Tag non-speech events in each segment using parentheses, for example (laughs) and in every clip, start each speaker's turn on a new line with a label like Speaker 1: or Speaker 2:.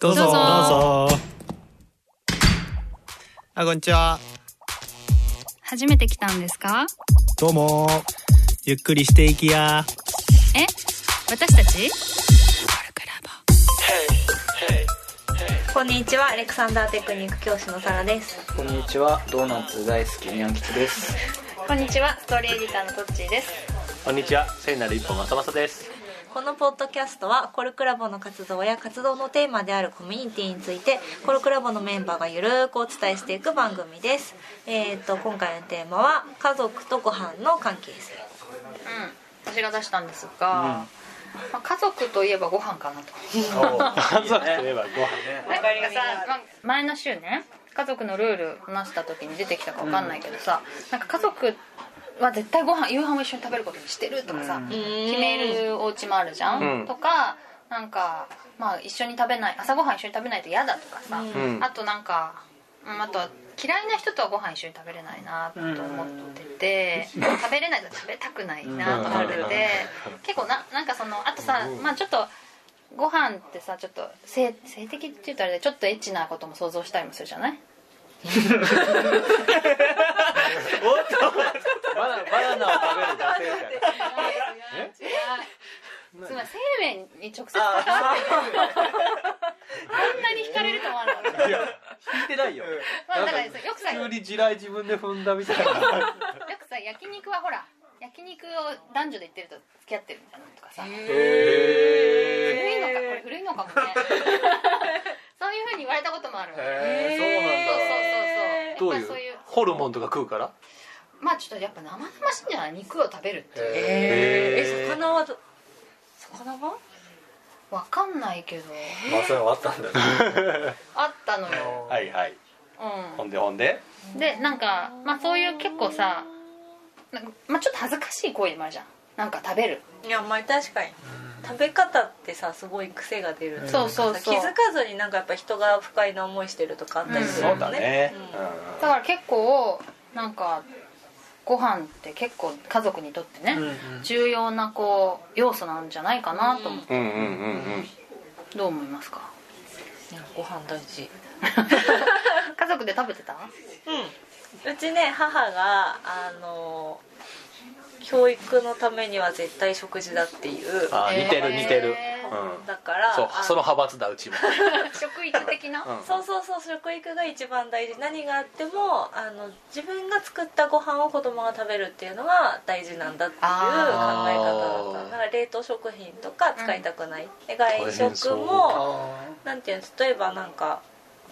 Speaker 1: どうぞ
Speaker 2: どうぞ
Speaker 1: あこんにちは
Speaker 2: 初めて来たんですか
Speaker 1: どうもゆっくりしていきや
Speaker 2: え私たち
Speaker 3: こんにちはアレクサンダーテクニック教師のサラです
Speaker 4: こんにちは、ドーナツ大好きにゃんきちです。
Speaker 3: こんにちはストーリーエディターのトッチーです
Speaker 5: こんにちは、聖なる一歩まさまさです。
Speaker 3: このポッドキャストはコルクラボの活動や活動のテーマであるコミュニティについてコルクラボのメンバーがゆるーくお伝えしていく番組ですえっ、と今回のテーマは家族とご飯の関係性
Speaker 6: うん、私が出したんですが、まあ、家族といえばご飯かなと
Speaker 5: 家族といえばご飯ね。
Speaker 6: なんかさ、ま前の週ね家族のルール話した時に出てきたか分かんないけどさ、なんか家族は絶対ご飯夕飯を一緒に食べることにしてるとかさ、決めるお家もあるじゃん、
Speaker 5: うん
Speaker 6: とかなんか、まあ、一緒に食べない朝ごはん一緒に食べないと嫌だとかさ、
Speaker 5: ん
Speaker 6: あとなんか、うん、あとは嫌いな人とはご飯一緒に食べれないなと思ってて、食べれないと食べたくないなと思ってて、
Speaker 5: うん
Speaker 6: 結構ななんかそのあとさ、まあちょっとご飯ってさちょっと性性的って言うとあれでちょっとエッチなことも想像したりもするじゃない
Speaker 4: バナバナナを食べる女性みたい
Speaker 6: つまり生命に直接関わってるこんなに惹かれると思わなかった、
Speaker 4: いや、聞いてないよ。
Speaker 6: まあ、だからよくさ
Speaker 4: 急
Speaker 6: よ
Speaker 4: に地雷自分で踏んだみた
Speaker 6: (laughs)
Speaker 4: いな。
Speaker 6: くさ焼肉はほら焼肉を男女で行ってると付き合ってるみたいなのとかさ
Speaker 4: へ
Speaker 6: 古いのかこれ古いのかもねそういうふうに言われたこともある
Speaker 4: へ
Speaker 6: そうそうそうそう
Speaker 4: ど
Speaker 6: や
Speaker 4: う
Speaker 6: っ
Speaker 4: い
Speaker 6: ぱ
Speaker 4: う
Speaker 6: そういう
Speaker 5: ホルモンとか食うから。
Speaker 6: まあちょっとやっぱ生々しいんじゃない肉を食べるっていう
Speaker 3: え魚はど
Speaker 6: 魚はわかんないけど
Speaker 4: まあ、そういうのあったんだね。
Speaker 6: あったのよ
Speaker 5: はいはい。
Speaker 6: う
Speaker 5: ほんでほんで。
Speaker 6: んでなんかまあそういう結構さなんかまあちょっと恥ずかしい行為でもあるじゃんなんか食べる
Speaker 3: いやまあ確かに食べ方ってさすごい癖が出るといかさ
Speaker 6: そうそうそう
Speaker 3: 気づかずになんかやっぱ人が不快な思いしてるとかあったりする
Speaker 5: そ
Speaker 3: よ
Speaker 5: うだね。
Speaker 6: だから結構なんかご飯って結構家族にとってね、重要なこう要素なんじゃないかなと思って、
Speaker 5: うんうんうんうん
Speaker 6: どう思いますか
Speaker 3: いやご飯大事
Speaker 6: 家族で食べてた
Speaker 3: うんうちね母があの教育のためには絶対食事だっていう
Speaker 5: あー似てる似てる。うん
Speaker 6: えー。
Speaker 3: だから
Speaker 5: そう
Speaker 3: あ
Speaker 5: その派閥だうちも。
Speaker 6: (laughs) 食育的な、
Speaker 5: うん
Speaker 3: そうそうそう食育が一番大事何があってもあの自分が作ったご飯を子供が食べるっていうのが大事なんだっていう考え方だった
Speaker 5: あー
Speaker 3: だから冷凍食品とか使いたくない、で外食も
Speaker 4: あ
Speaker 3: なんていうの例えばなんか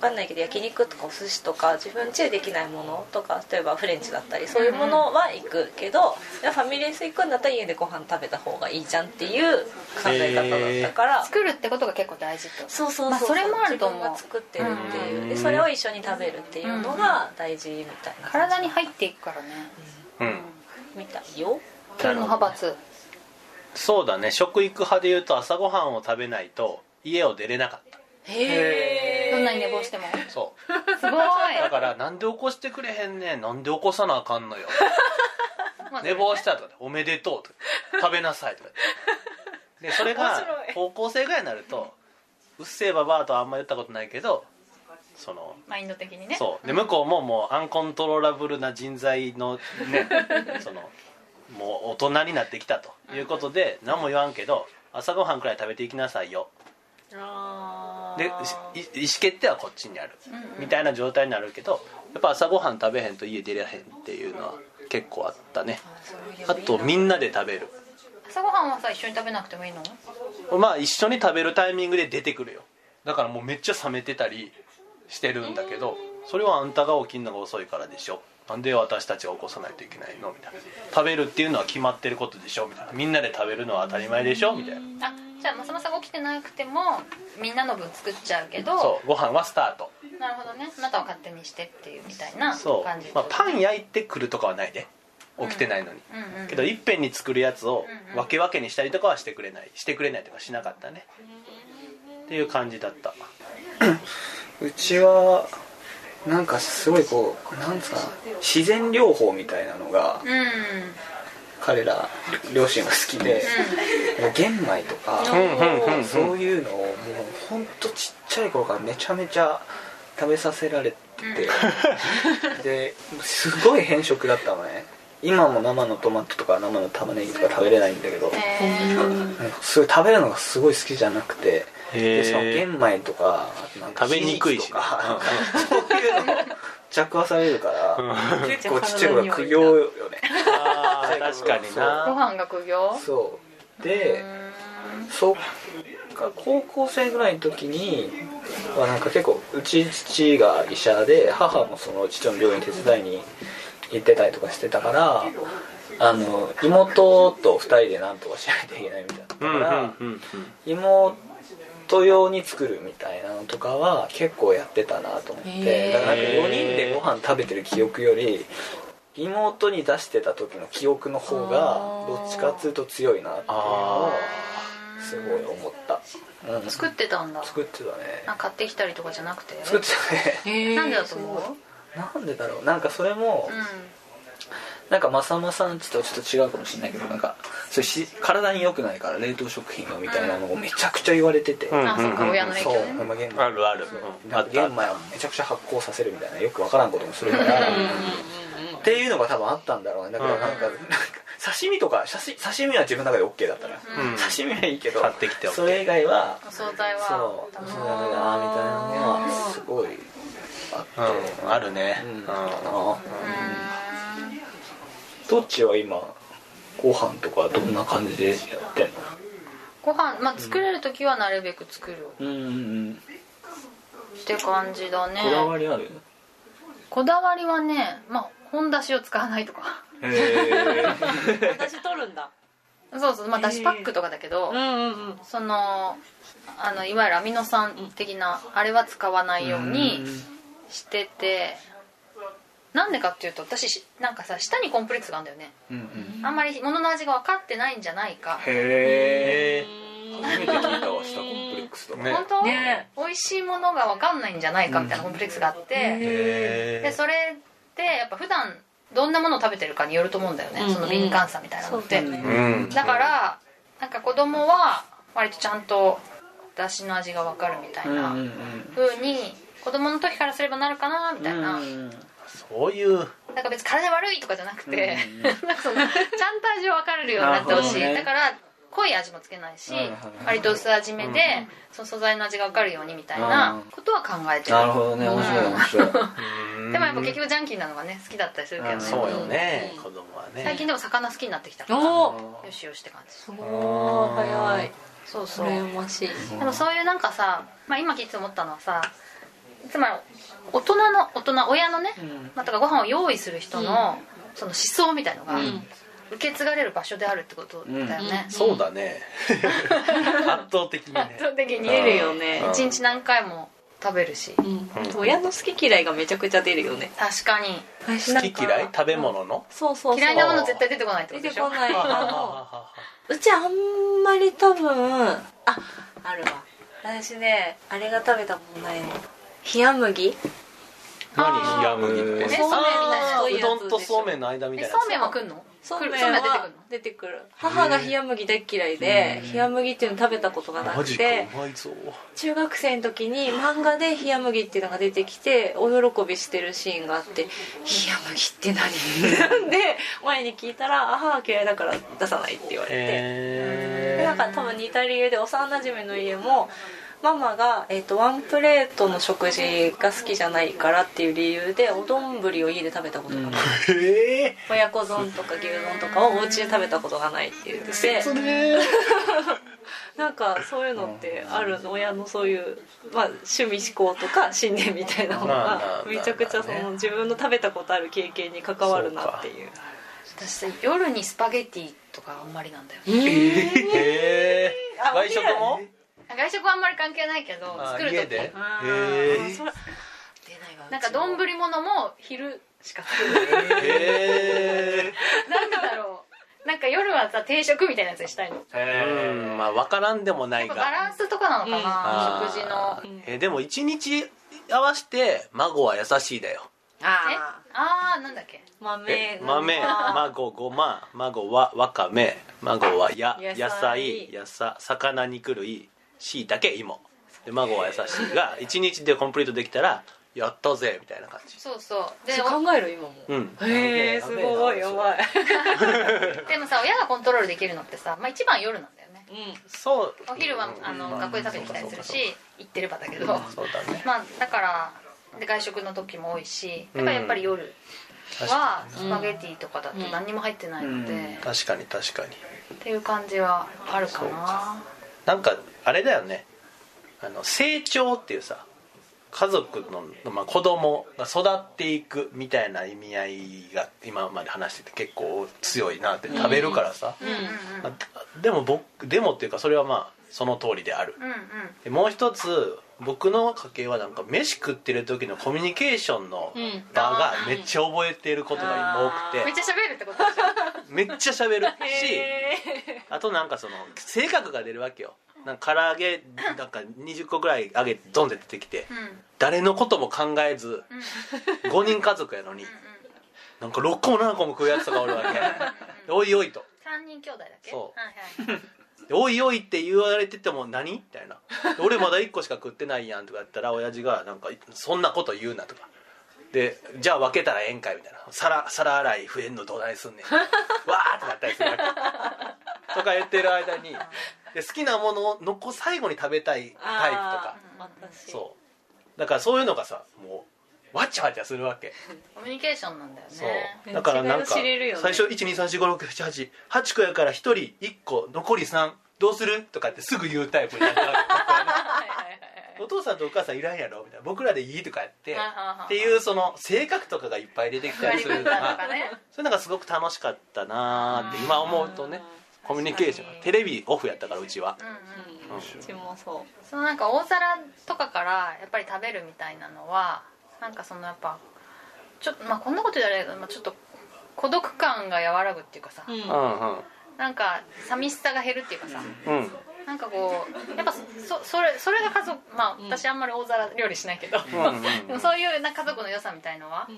Speaker 3: わかんないけど焼肉とかお寿司とか自分家でできないものとか例えばフレンチだったりそういうものは行くけど、いやファミレス行くんだったら家でご飯食べた方がいいじゃんっていう考え方だったから、
Speaker 6: 作るってことが結構大事ってこと
Speaker 3: そうそうそう、
Speaker 6: まあそれもあると思う
Speaker 3: 自分が作ってるっていう、
Speaker 5: う
Speaker 3: で
Speaker 5: ん
Speaker 3: それを一緒に食べるっていうのが大事みたいな、
Speaker 6: 体に入っていくからね
Speaker 5: うん。
Speaker 3: みたいよ
Speaker 6: それの派閥
Speaker 5: そうだね。食育派で言うと朝ごはんを食べないと家を出れなかっ
Speaker 3: へ
Speaker 6: どんなに寝坊しても
Speaker 5: た。そう。
Speaker 6: すごい
Speaker 5: だからなんで起こしてくれへんねんなんで起こさなあか
Speaker 3: (laughs)
Speaker 5: んのよ
Speaker 6: まあ
Speaker 5: 寝坊したとかねおめでとうとか食べなさいとかでそれ
Speaker 3: 面
Speaker 5: が
Speaker 3: 白い
Speaker 5: 高校生ぐらいになるとうっせえばばあとはあんま言ったことないけどその
Speaker 6: マインド的にね
Speaker 5: そうで向こうももうアンコントローラブルな人材のね (laughs) そのもう大人になってきたということで何も言わんけど朝ごはんくらい食べていきなさいよ
Speaker 3: あ
Speaker 5: で
Speaker 3: ー
Speaker 5: い意思決定はこっちにあるみたいな状態になるけどやっぱ朝ごはん食べへんと家出れへんっていうのは結構あったねあとみんなで食べる
Speaker 6: 朝ごはんはさ一緒に食べなくてもいいの
Speaker 5: まあ一緒に食べるタイミングで出てくるよだからもうめっちゃ冷めてたりしてるんだけどそれはあんたが起きるのが遅いからでしょなんで私たちが起こさないといけないのみたいな食べるっていうのは決まってることでしょみたいなみんなで食べるのは当たり前でしょみたいな
Speaker 6: あじゃあまさまさが起きてなくてもみんなの分作っちゃうけど
Speaker 5: そうご飯はスタート
Speaker 6: なるほどねあなたは勝手にしてっていうみたいな
Speaker 5: そう
Speaker 6: 感じ、
Speaker 5: まあ、パン焼いてくるとかはないで起きてないのに、
Speaker 6: うんうん
Speaker 5: けどいっぺんに作るやつを
Speaker 6: うんうん
Speaker 5: 分け分けにしたりとかはしてくれないしてくれないとかしなかったねっていう感じだった
Speaker 4: うちは、なんかすごいこう、なんですかな、自然療法みたいなのが、
Speaker 6: うん
Speaker 4: 彼ら両親が好きで、もう玄米とか、
Speaker 5: うんうんうんうん
Speaker 4: そういうのをもうほんとちっちゃい頃からめちゃめちゃ食べさせられてて、ですごい偏食だったのね今も生のトマトとか生の玉ねぎとか食べれないんだけど、
Speaker 6: え
Speaker 4: なんかすごい食べるのがすごい好きじゃなくてでしかも
Speaker 5: へ
Speaker 4: 玄米とかなんか
Speaker 5: 食べにくいし
Speaker 4: ひじきとか、そういうの着はされるから、
Speaker 5: うん
Speaker 4: 結構ちっちゃい頃は苦行よね
Speaker 5: あー (laughs) 確かに
Speaker 6: ー、ご
Speaker 5: な
Speaker 6: 飯が苦行
Speaker 4: そうでそうか高校生ぐらいの時にはなんか結構うち父が医者で母もその父の病院手伝いに行ってたりとかしてたからあの妹と2人でなんとかしないといけないみたいなだ
Speaker 5: うん
Speaker 4: か
Speaker 5: う
Speaker 4: ら、
Speaker 5: んうん
Speaker 4: 妹用に作るみたいなのとかは結構やってたなと思って、
Speaker 3: へー
Speaker 4: だからなんか4人でご飯食べてる記憶より妹に出してた時の記憶の方がどっちかっつうと強いなっていうのをすごい思った、うん、
Speaker 6: 作ってたんだ
Speaker 4: 作ってたね
Speaker 6: なんか買ってきたりとかじゃなくて
Speaker 4: 作ってたね
Speaker 3: え
Speaker 6: なんでだと思う
Speaker 4: なんでだろうなんかそれも、
Speaker 6: う
Speaker 4: なんかまさまさんちとはちょっと違うかもしれないけどなんかそれし体に良くないから冷凍食品はみたいなのをめちゃくちゃ言われてて、
Speaker 5: うん
Speaker 6: んあそっか親の影
Speaker 4: そ
Speaker 6: 響
Speaker 4: う
Speaker 6: でね
Speaker 4: まあ玄米
Speaker 5: あるあるうんあ
Speaker 4: なん
Speaker 5: っ
Speaker 4: か
Speaker 5: た
Speaker 4: 玄米をめちゃくちゃ発酵させるみたいなよくわからんこともするからっていうのが多分あったんだろうねだからなんか,、なんか刺身とか刺し刺身は自分の中で OK だったら、
Speaker 5: うん
Speaker 4: 刺身はいいけど
Speaker 5: 買ってきて OK
Speaker 4: それ以外は
Speaker 6: お惣菜は
Speaker 4: そう楽しみだなみたいなのはすごいあって、
Speaker 5: うんあるね
Speaker 4: うん
Speaker 5: うん
Speaker 4: かなどっちは今ご飯とかどんな感じでやってんの
Speaker 6: ご飯まあ作れる時はなるべく作る
Speaker 4: うんうん
Speaker 6: って感じだね
Speaker 4: こだわりある
Speaker 6: こだわりはねまあ本だしを使わないとか
Speaker 7: 私取るんだ
Speaker 6: そうそうまあだしパックとかだけど、
Speaker 7: うんうんうん
Speaker 6: そのあのいわゆるアミノ酸的なあれは使わないようにしててなんでかっていうと私しなんかさ舌にコンプレックスがあるんだよね
Speaker 4: うんうん
Speaker 6: あんまり物の味が分かってないんじゃないか
Speaker 4: へえ初めて聞いたわ下コンプレックスだ
Speaker 5: ね
Speaker 6: 本当、
Speaker 3: ね
Speaker 6: 美味しいものが分かんないんじゃないかみたいなコンプレックスがあって、
Speaker 5: へ
Speaker 6: でそれってやっぱ普段どんなものを食べてるかによると思うんだよね、その敏感さみたいなのって、
Speaker 5: ーうん
Speaker 6: だからなんか子供は割とちゃんと出汁の味が分かるみたい
Speaker 4: うんうんう
Speaker 6: なん風に子供の時からすればなるかなみたいな、
Speaker 5: そういう
Speaker 6: なんか別に体悪いとかじゃなくて、 (laughs) なんかそのちゃんと味を分かれるようになってほしい、
Speaker 4: なるほどね
Speaker 6: だから濃い味もつけないし、
Speaker 4: はいはいはい
Speaker 6: 割と薄味めで、その素材の味が分かるようにみたいなことは考えてる、
Speaker 4: なるほどね面白い面白い
Speaker 6: でもやっぱ結局ジャンキーなのがね好きだったりするけどね、
Speaker 4: うん
Speaker 5: そうよね子供はね
Speaker 6: 最近でも魚好きになってきたからよ
Speaker 3: おお
Speaker 6: しよしって感じ
Speaker 3: すごい早い
Speaker 6: そうそう
Speaker 3: 羨ましい
Speaker 6: でもそういうなんかさ、まあ、今聞いて思ったのはさつまり大人の大人親のね、まあ、とかご飯を用意する人の、その思想みたいのが、受け継がれる場所であるってことだよね、
Speaker 5: そう
Speaker 6: (laughs)
Speaker 5: だね圧倒的にね
Speaker 6: 圧倒的に
Speaker 5: 見える
Speaker 3: よね
Speaker 6: 一日何回も食べるし
Speaker 3: うん親の好き嫌いがめちゃくちゃ出るよね
Speaker 6: 確かに
Speaker 3: 好
Speaker 5: 好き嫌い食べ物の
Speaker 3: そうそうそう
Speaker 6: 嫌いなもの絶対出てこないってこ
Speaker 3: 出
Speaker 6: とで
Speaker 3: て
Speaker 6: しょ
Speaker 3: こないあ
Speaker 5: あ
Speaker 3: のうちあんまり多分ああるわ私ねあれが食べたもんないの冷麦
Speaker 5: 何冷麦って
Speaker 6: ねそ
Speaker 5: ね
Speaker 6: うめんみたいな
Speaker 5: あー
Speaker 3: そういう
Speaker 5: う
Speaker 3: やつでしょ
Speaker 5: どんとそうめんの間みた
Speaker 6: え
Speaker 5: いな
Speaker 6: そうめんは来んの
Speaker 3: そう
Speaker 6: 来
Speaker 3: めん
Speaker 6: る
Speaker 3: は
Speaker 6: そうめん出てくるの
Speaker 3: 出てくる母が冷麦大嫌いで冷麦っていうの食べたことがな
Speaker 5: マ
Speaker 3: く
Speaker 5: ジか
Speaker 3: て
Speaker 5: うまいぞ
Speaker 3: 中学生の時に漫画で冷麦っていうのが出てきてお喜びしてるシーンがあって「冷麦って何? 」 (laughs) なんで前に聞いたら「母は嫌いだから出さない」って言われて、
Speaker 5: へ
Speaker 3: でなんか多分似た理由で幼馴染の家もママが、えー、とワンプレートの食事が好きじゃないからっていう理由でお丼を家で食べたことがない、
Speaker 5: ーへえ
Speaker 3: 親子丼とか牛丼とかをお家で食べたことがないって言
Speaker 5: (laughs)
Speaker 3: っててなんかそういうのってあるの親のそういう、まあ、趣味思考とか信念みたいなもの
Speaker 5: まあまあまあ
Speaker 3: が
Speaker 5: まあね
Speaker 3: めちゃくちゃその自分の食べたことある経験に関わるなっていう
Speaker 6: 私さ夜にスパゲティとかあんまりなんだよ
Speaker 5: へえ
Speaker 3: あ
Speaker 5: 外食も
Speaker 6: 外食はあんまり関係ないけど
Speaker 5: あ
Speaker 6: 作る
Speaker 5: 家
Speaker 6: 時
Speaker 5: でへ
Speaker 3: あ
Speaker 5: え
Speaker 3: ーそれ出ないわ
Speaker 6: なんか丼ものも昼しか作る
Speaker 5: へ
Speaker 6: なんでだろうなんか夜はさ定食みたいなやつにしたいの
Speaker 5: えうんまあ分からんでもな
Speaker 6: や
Speaker 5: い
Speaker 6: っぱバ
Speaker 5: が
Speaker 6: ランスとかなのかな、
Speaker 5: あー
Speaker 6: 食事の
Speaker 5: えでも一日合わせて孫は優しいだよ
Speaker 3: あ
Speaker 6: え
Speaker 3: ー
Speaker 6: あはなんだっけ
Speaker 3: 豆
Speaker 5: え豆孫ごま孫はわかめ孫はや
Speaker 3: 野菜
Speaker 5: 野菜やさ魚肉類しいたけ芋で孫は優しいが1日でコンプリートできたらやったぜみたいな感じ
Speaker 6: そうそうで
Speaker 3: そう考えろ今も
Speaker 5: うん
Speaker 3: へえすごいやばい
Speaker 6: でもさ親がコントロールできるのってさ、まあ、一番夜なんだよね
Speaker 3: う
Speaker 5: そう
Speaker 6: お昼はあの
Speaker 5: うん
Speaker 6: 学校で食べに来たりするし行ってればだけど
Speaker 5: そう
Speaker 6: ま
Speaker 5: かそうかそうだね
Speaker 6: あだからで外食の時も多いしだからやっぱり夜はスパゲティとかだと何にも入ってないので、
Speaker 4: う
Speaker 6: っ
Speaker 5: 確かに確かに
Speaker 6: ていう感じはあるかな
Speaker 5: なんかあれだよねあの成長っていうさ家族の、まあ、子供が育っていくみたいな意味合いが今まで話してて結構強いなって食べるからさ、
Speaker 6: うんうん
Speaker 5: まあでも僕でもっていうかそれはまあその通りである
Speaker 6: うんうん
Speaker 5: でもう一つ僕の家系はなんか飯食ってる時のコミュニケーションの
Speaker 3: ん
Speaker 5: 場がめっちゃ覚えてることが今多
Speaker 6: うんめ
Speaker 5: く
Speaker 6: ってちゃ喋るってことでしょ
Speaker 5: めっちゃ喋るしあとなんかその性格が出るわけよなんか唐揚げなんか20個ぐらい揚げてドンって出てきて
Speaker 6: うんうん
Speaker 5: 誰のことも考えず
Speaker 6: うん
Speaker 5: 5人家族やのになんか6個も7個も食うやつとかおるわけでおいおいと
Speaker 6: 3人兄弟だっけ
Speaker 5: そ
Speaker 6: は
Speaker 5: う
Speaker 6: いはい
Speaker 5: でおいおいって言われてても何みたいな「で俺まだ1個しか食ってないやん」とかやったら親父が「なんかそんなこと言うな」とか「でじゃあ分けたらええんかい」みたいな「皿皿洗い増えんのどないすんねん」わーってなったりするわけとか言ってる間にで好きなものを残最後に食べたいタイプとか
Speaker 3: 私
Speaker 5: そうだからそういうのがさもうわちゃわちゃするわけ
Speaker 6: コミュニケーションなんだよ
Speaker 5: そう
Speaker 6: ね
Speaker 3: ね
Speaker 5: だからなんか
Speaker 3: 違いを知れるよね
Speaker 5: 最初123456788個やから1人1個残り3どうするとかってすぐ言うタイプになったわけお父さんとお母さんいらんやろみたいな僕らでいいとかやって
Speaker 6: はいはいはい
Speaker 5: っていうその性格とかがいっぱい出てきたりするの
Speaker 6: なんか
Speaker 5: が
Speaker 6: ね
Speaker 5: そういうのがすごく楽しかったなーって今思うとねコミュニケーションテレビオフやったからうちは
Speaker 6: うんうん
Speaker 5: うん
Speaker 3: うちもそ
Speaker 6: そのなんか大皿とかからやっぱり食べるみたいなのはなんかそのやっぱちょっとまあこんなこと言われるけど、まあ、ちょっと孤独感が和らぐっていうかさ、
Speaker 3: ううん
Speaker 5: う
Speaker 6: なんか寂しさが減るっていうかさ、
Speaker 5: んうん
Speaker 6: なんかこうやっぱそそれそれが家族まあ私あんまり大皿料理しないけど、
Speaker 5: うんうん
Speaker 6: でもそういうなんか家族の良さみたいのは
Speaker 3: うん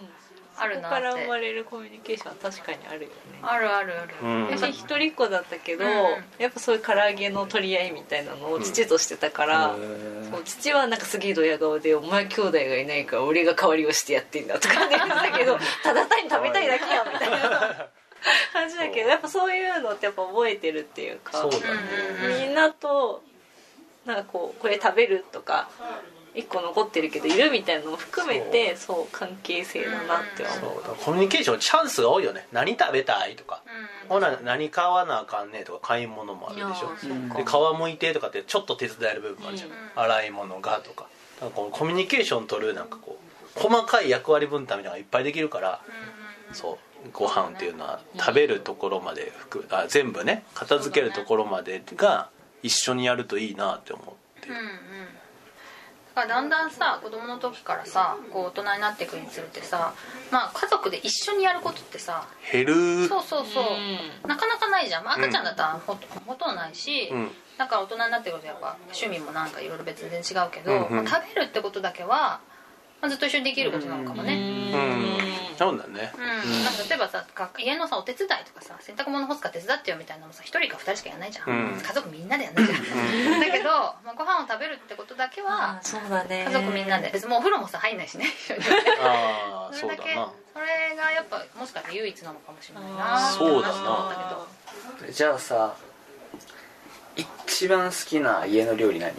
Speaker 6: ある
Speaker 3: そこ
Speaker 6: な
Speaker 3: から
Speaker 6: っ
Speaker 3: 生
Speaker 6: て
Speaker 3: まれるコミュニケーションは確かにあるよね
Speaker 6: あるあるある、
Speaker 5: うん
Speaker 3: 私一人っ子だったけど、
Speaker 6: うん
Speaker 3: やっぱそういう唐揚げの取り合いみたいなのを父としてたから、そう父はなんかすげえドヤ顔で「お前兄弟がいないから俺が代わりをしてやってんだ」とかって言ってたけどただ単に食べたいだけやみ (laughs) たいな感じだけどやっぱそういうのってやっぱ覚えてるっていうか
Speaker 5: そうだね
Speaker 6: うんうんうん
Speaker 3: みんなとなんかこうこれ食べるとか1個残ってるけどいるみたいなのも含めてそう関係性だなっては
Speaker 5: そ
Speaker 3: 思う
Speaker 5: うだからコミュニケーションチャンスが多いよね何食べたいとか
Speaker 6: うん
Speaker 5: ほな何買わなあかんねとか買い物もあるでしょ
Speaker 3: い
Speaker 4: やー
Speaker 5: で皮むいてとかってちょっと手伝える部分もあるじゃん、
Speaker 3: うん
Speaker 5: 洗い物がとかなんかこのコミュニケーション取るなんかこう細かい役割分担みたいなのがいっぱいできるから、そうご飯っていうのは食べるところまで含あ全部ね片付けるところまでが一緒にやるといいなって思って
Speaker 6: うんうんだからだんだんさ子供の時からさこう大人になっていくにつれてさまあ家族で一緒にやることってさ
Speaker 5: 減る
Speaker 6: そうそうそう、なかなかないじゃん、まあ、赤ちゃんだったらほ,、ほとんどないし、
Speaker 5: うん
Speaker 6: だから大人になってくるとやっぱ趣味もなんかいろいろ別に全然違うけど、
Speaker 5: うんうん
Speaker 6: まあ食べるってことだけは、まあ、ずっと一緒にできることなのかもね、
Speaker 5: うんそうだね
Speaker 6: うんなんか例えばさが家のさお手伝いとかさ洗濯物干すから手伝ってよみたいなのもさ1人か2人しかやんないじゃん、
Speaker 5: うん
Speaker 6: 家族みんなでやんないじゃん、だけど、まあ、ご飯を食べるってことだけは
Speaker 3: あそうだね
Speaker 6: 家族みんなで別にもうお風呂もさ入んない
Speaker 5: (laughs)
Speaker 6: しね一緒に
Speaker 5: ああ
Speaker 6: そ
Speaker 5: そう
Speaker 6: れ
Speaker 5: だ
Speaker 6: だけ
Speaker 5: な
Speaker 6: それがやっぱもしかして唯一なのかもしれないな
Speaker 5: そうだな
Speaker 6: って思ったけど
Speaker 4: じゃあさ一番好きな家の料理何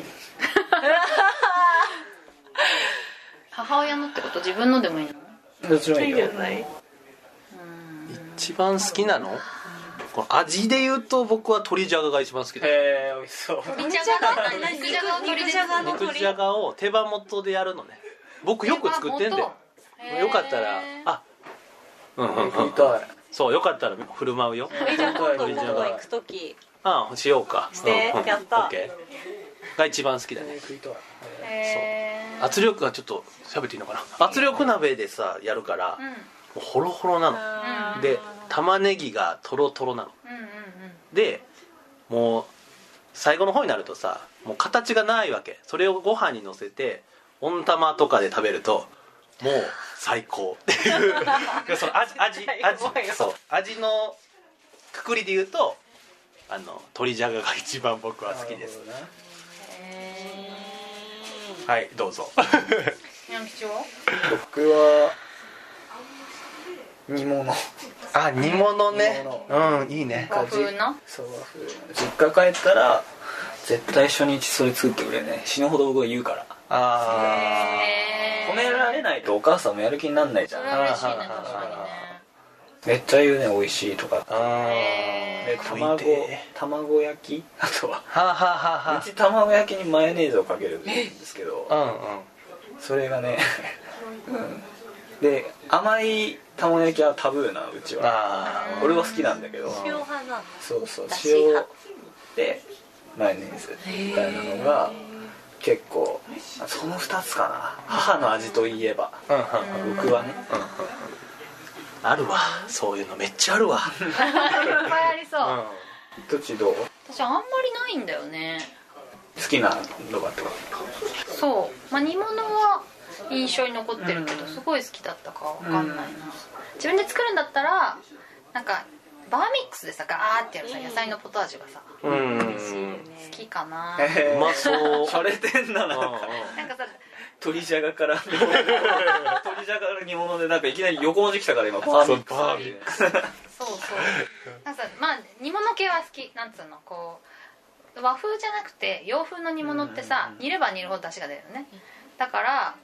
Speaker 6: 母親のってこと自分のでもいいの
Speaker 4: どっちもい
Speaker 3: い
Speaker 4: い
Speaker 3: いじゃ
Speaker 4: よ
Speaker 3: ない
Speaker 5: 一番好きなのこの味で言うと僕は鶏じゃがが一番好きだ
Speaker 4: へえ美味しそう
Speaker 6: 肉じゃがって何肉じゃがを取り
Speaker 3: 肉
Speaker 6: 出
Speaker 3: じ
Speaker 6: す
Speaker 3: ゃがの
Speaker 5: 肉
Speaker 3: 鳥
Speaker 5: じゃがを手羽元でやるのね僕よく作ってんだよよかったらあうんうんうん
Speaker 4: 食いたい
Speaker 5: そうよかったら振る舞うよ
Speaker 3: えじゃあ今度
Speaker 5: 肉じゃ
Speaker 3: 今
Speaker 5: が
Speaker 3: 度行く時
Speaker 5: ああしようか
Speaker 3: して
Speaker 5: うんうん
Speaker 3: やった
Speaker 5: オッケーが一番好きだね
Speaker 4: 食いたい
Speaker 6: へ
Speaker 5: 圧力がちょっと喋っていいのかな圧力鍋でさやるから
Speaker 6: ー
Speaker 5: もうホロホロな
Speaker 3: あ
Speaker 5: の
Speaker 3: ー
Speaker 5: で玉ねぎがトロトロなの
Speaker 6: うんうんうんうん
Speaker 5: でもう最後の方になるとさもう形がないわけそれをご飯にのせて温玉とかで食べるともう最高っていうその味味味そう味のくくりで言うとあの鶏じゃがが一番僕は好きです
Speaker 4: なるほどね
Speaker 5: はいどうぞ
Speaker 6: にゃん吉は
Speaker 4: 僕は煮物
Speaker 5: あ煮物
Speaker 4: ね
Speaker 5: うんいいね
Speaker 6: 和風な
Speaker 4: そう和風実家帰ったら絶対初日それ作ってくれね死ぬほど僕が言うから
Speaker 5: あ
Speaker 6: へー
Speaker 4: 褒められないとお母さんもやる気になんないじゃ
Speaker 6: そ
Speaker 4: ん
Speaker 6: れは嬉しいね
Speaker 5: あー
Speaker 6: 確か
Speaker 4: めっちゃ言うね美味しいとか
Speaker 5: ーあ
Speaker 6: にね
Speaker 4: で
Speaker 6: へー
Speaker 4: 卵
Speaker 5: 食いて
Speaker 4: 卵焼き (laughs) あとは
Speaker 5: ーはあはあは
Speaker 4: うち卵焼きにマヨネーズをかけるんですけど
Speaker 5: あは
Speaker 4: それがねうん (laughs) で甘い卵焼きはタブーなうち
Speaker 5: うんうん
Speaker 4: は
Speaker 5: あ
Speaker 4: 俺は好きなんだけど
Speaker 3: 塩派なんだ
Speaker 4: そうそう
Speaker 3: だし
Speaker 4: 塩
Speaker 3: 派
Speaker 4: でマヨネーズみたいなのが結構その2つかな母の味といえば
Speaker 5: あうんうんうん
Speaker 4: 僕はね
Speaker 5: あるわそういうのめっちゃあるわ
Speaker 6: いっぱいありそう
Speaker 5: うん
Speaker 4: どっちどう
Speaker 6: 私あんまりないんだよね
Speaker 4: 好きなのがとか
Speaker 6: そう、まあ、煮物は印象に残ってるけどすごい好きだったかわかんないな、自分で作るんだったらなんかバーミックスでさガーってやるさ野菜のポタージュがさ好
Speaker 5: うん
Speaker 6: きか
Speaker 4: (laughs)
Speaker 6: な
Speaker 5: うまそう
Speaker 4: されてんななん
Speaker 5: うんうん
Speaker 4: か
Speaker 6: なんかさ
Speaker 4: 鳥じゃが (laughs) から鳥じゃがの煮物でなんかいきなり横文字来たから今バーミックス
Speaker 5: そうバーミッ
Speaker 6: そうそうなんかさまあ煮物系は好きなんつうのこう和風じゃなくて洋風の煮物ってさ煮れば煮るほど出汁が出るよねだから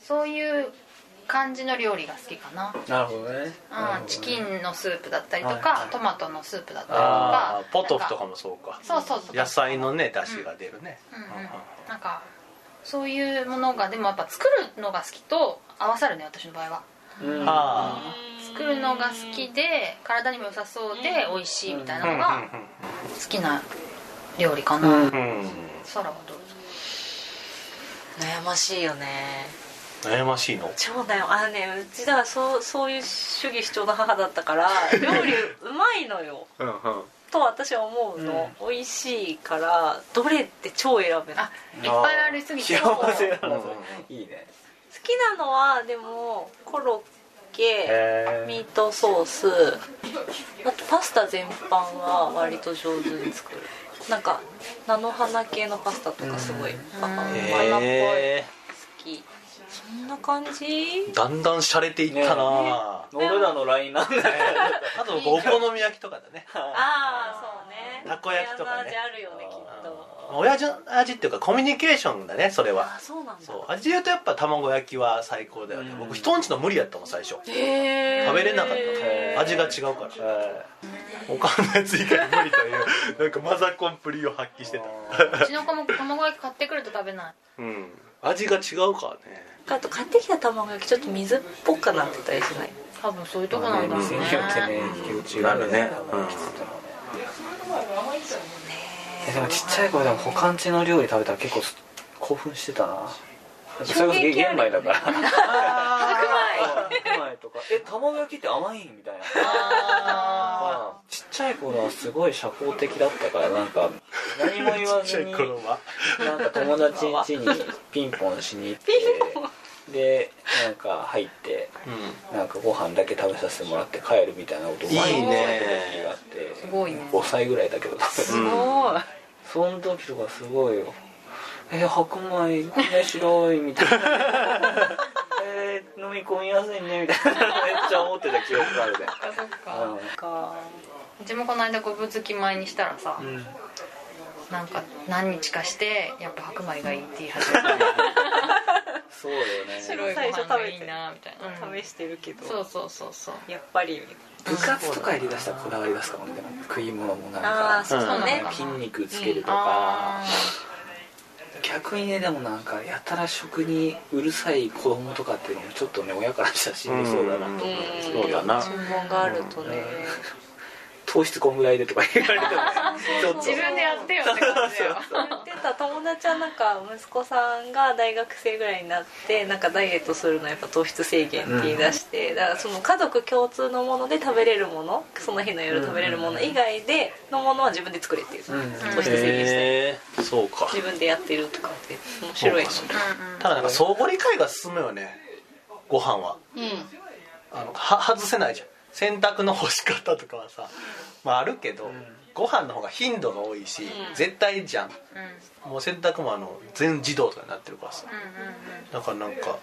Speaker 6: そういう感じの料理が好きかな
Speaker 4: なるほどね
Speaker 6: うん、チキンのスープだったりと
Speaker 4: はい
Speaker 6: かトマトのスープだったりと
Speaker 5: あ
Speaker 6: か
Speaker 5: ーポトフとか
Speaker 6: も
Speaker 5: もそうか
Speaker 6: そうそうそう
Speaker 5: 野菜のね出汁が出るね
Speaker 6: うんうんなんかそういうものがでもやっぱ作るのが好きと合わさるね私の場合は
Speaker 4: うん
Speaker 5: あ
Speaker 6: 作るのが好きで体にも良さそうで美味しいみたい
Speaker 5: あ
Speaker 6: なのが好きな料理かな、
Speaker 4: うん
Speaker 5: うんうんうん
Speaker 6: サラはどうですか
Speaker 3: 悩ましいよね
Speaker 5: 悩ましいの
Speaker 3: 超だよあのねうちだからそうそういう主義主張の母だったから料理うまいのよ
Speaker 5: うんうん
Speaker 3: と私は思うの、美味しいからどれって超選べない
Speaker 6: あいっぱいありすぎて
Speaker 4: 幸せだな
Speaker 5: うん
Speaker 4: それいいね
Speaker 3: 好きなのはでもコロッケ
Speaker 4: へ
Speaker 3: ミートソースあとパスタ全般は割と上手に作るなんか菜の花系のパスタとかすごいあ花っぽい
Speaker 5: へえ
Speaker 3: 好きそんな感じ
Speaker 5: だんだん洒落ていったな
Speaker 4: 俺らのラインなんだよ
Speaker 5: あと僕お好み焼きとかだね
Speaker 3: ああそうね
Speaker 5: たこ焼きとか
Speaker 3: 親の
Speaker 5: ね
Speaker 3: 味あるよねきっと
Speaker 5: 親父の味っていうかコミュニケーションだねそれ
Speaker 3: あ
Speaker 5: は
Speaker 3: そうなんだ
Speaker 5: そう味で言うとやっぱ卵焼きは最高だよね僕人んちの無理やったもん最初食
Speaker 3: へー
Speaker 5: べれなかった味が違うから他のやつ以外無理というなんかマザコンプリを発揮してた
Speaker 6: うちの子も卵焼き買ってくると食べない
Speaker 5: うん味が違うからね
Speaker 3: あと買ってきた卵焼きちょっと水っぽくなってたりしない
Speaker 6: 多分そういうとこなんだろうね
Speaker 4: 店によってね気持ちがあるねえでもちっちゃい頃でも他んちの料理食べたら結構興奮してたななんかそれこそげ玄米だから白米白米とかえ卵焼きって甘いんみたいな
Speaker 6: あ
Speaker 4: ちっちゃい頃はすごい社交的だったからなんか何も言わ
Speaker 5: ちっちゃ
Speaker 4: ず
Speaker 5: い
Speaker 4: に
Speaker 5: 頃は
Speaker 4: なんか友達ん家にピンポンしに (laughs) 行ってでなんか入ってなんかご飯だけ食べさせてもらって帰るみたいなことを毎日
Speaker 5: い
Speaker 4: やって
Speaker 5: いね
Speaker 4: た時があって
Speaker 6: ーすごいね
Speaker 4: 5歳ぐらいだけど多分
Speaker 3: お
Speaker 4: その時とかすごいよえ白米ね白いみたいなえー飲み込みやすいねみたいなめっちゃ思ってた記憶があるね
Speaker 6: そっかそっかうちもこの間ごぶつき前にしたらさ、
Speaker 4: うん
Speaker 6: なんか何日かしてやっぱ白米がいいって言い始めた
Speaker 4: (laughs) そうだよね
Speaker 6: 白いご飯がいいなみたいな、うん
Speaker 3: 試してるけど
Speaker 6: そうそうそうそう
Speaker 3: やっぱり
Speaker 4: 部活とかやりだしたらこだわり出すかもね食い物もなん
Speaker 3: ああ
Speaker 4: か
Speaker 3: そう
Speaker 5: ー
Speaker 3: ね
Speaker 4: 筋肉つけると
Speaker 6: あ
Speaker 4: か、逆にねでもなんかやたら食にうるさい子供とかっていうのもちょっとね親からしたらしんどそうだなと思うんですけど
Speaker 5: そうだな
Speaker 3: 注文があるとね
Speaker 4: 糖質こんぐらいでとか言われてもねちょっと
Speaker 6: ー自分でやってよって感じだよ
Speaker 3: 言ってた友達はなんか息子さんが大学生ぐらいになってなんかダイエットするのやっぱ糖質制限って言い出して、だからその家族共通のもので食べれるものその日の夜食べれるもの以外でのものは自分で作れっていう、
Speaker 4: うん
Speaker 3: 糖質制限して
Speaker 5: へえそうか
Speaker 3: 自分でやってるとかって面白い
Speaker 5: ただなんか相互理解が進むよねご飯はあのは外せないじゃん洗濯の干し方とかはさ、まあ、あるけど、ご飯の方が頻度が多いし、絶対じゃん
Speaker 8: うんうん
Speaker 5: もう洗濯もあの全自動とかになってるからさ
Speaker 8: うんうん
Speaker 5: だからなんか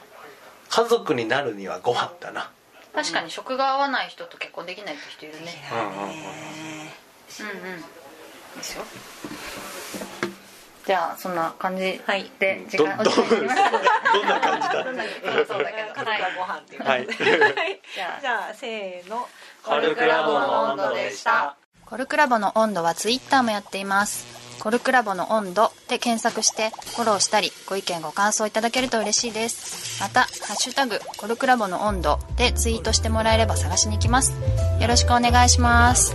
Speaker 5: 家族になるにはご飯だな
Speaker 8: 確かに食が合わない人と結婚できないって人いるね
Speaker 5: うんうんうん
Speaker 8: うんうんですよじゃあそんな感じで時
Speaker 5: ど
Speaker 8: 間
Speaker 5: ど
Speaker 8: お
Speaker 5: ん
Speaker 8: 時間になりま (laughs) した
Speaker 5: どんな感じだ
Speaker 8: そうだけどはい
Speaker 3: ご飯っていう
Speaker 5: はい
Speaker 8: じゃあ
Speaker 3: じゃあせーの
Speaker 5: カルクラボの温度でした
Speaker 8: コルクラボの温度はツイッターもやっていますコルクラボの温度で検索してフォローしたりご意見ご感想いただけると嬉しいですまた「ハッシュタグコルクラボの温度」でツイートしてもらえれば探しに行きますよろしくお願いします